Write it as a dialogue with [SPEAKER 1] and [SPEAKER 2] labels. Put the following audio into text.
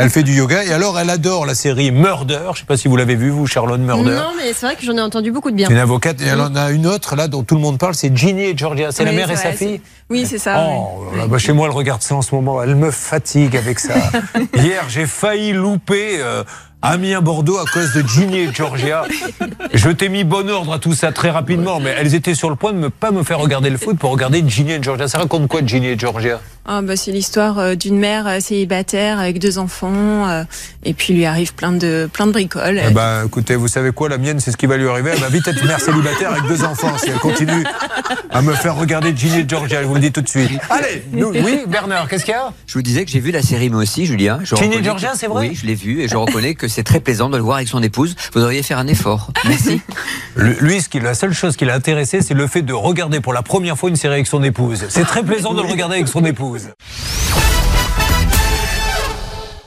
[SPEAKER 1] Elle fait du yoga et alors elle adore la série Murder. Je ne sais pas si vous l'avez vu, vous, Charlotte Murder.
[SPEAKER 2] Non, mais c'est vrai que j'en ai entendu beaucoup de bien.
[SPEAKER 1] C'est une avocate. Et elle en a une autre, là, dont tout le monde parle, c'est Ginny et Georgia. C'est la
[SPEAKER 3] Oui,
[SPEAKER 1] mère et
[SPEAKER 3] c'est
[SPEAKER 1] sa
[SPEAKER 3] vrai,
[SPEAKER 1] fille.
[SPEAKER 3] Oui, c'est Ah ça.
[SPEAKER 1] Oh, là là, bah, chez moi, elle regarde ça en ce moment. Elle me fatigue avec ça. Hier, j'ai failli louper euh, Amiens Bordeaux à cause de Ginny et Georgia. Je t'ai mis bon ordre à tout ça très rapidement, mais elles étaient sur le point de ne pas me faire regarder le foot pour regarder Ginny et Georgia. Ça raconte quoi, Ginny et Georgia
[SPEAKER 3] Ah, bah, c'est l'histoire euh, d'une mère euh, célibataire avec deux enfants, euh, et puis lui arrive plein de, plein de bricoles.
[SPEAKER 1] Eh ben, écoutez, vous savez quoi, la mienne, c'est ce qui va lui arriver. Elle va vite être mère célibataire avec deux enfants si elle continue à me faire regarder Ginny et Georgia. Je vous le dis tout de suite. Allez, nous- oui, Bernard, qu'est-ce qu'il y a
[SPEAKER 4] Je vous disais que j'ai vu la série moi aussi, Julien. Je
[SPEAKER 1] Ginny
[SPEAKER 4] reconnais que-
[SPEAKER 1] Georgia, c'est vrai
[SPEAKER 4] Oui, je l'ai vue et je reconnais que c'est très plaisant de le voir avec son épouse. Vous devriez faire un effort. Merci.
[SPEAKER 1] Le- Lui, ce qui, la seule chose qui l'a intéressé, c'est le fait de regarder pour la première fois une série avec son épouse. C'est très plaisant de le regarder avec son épouse.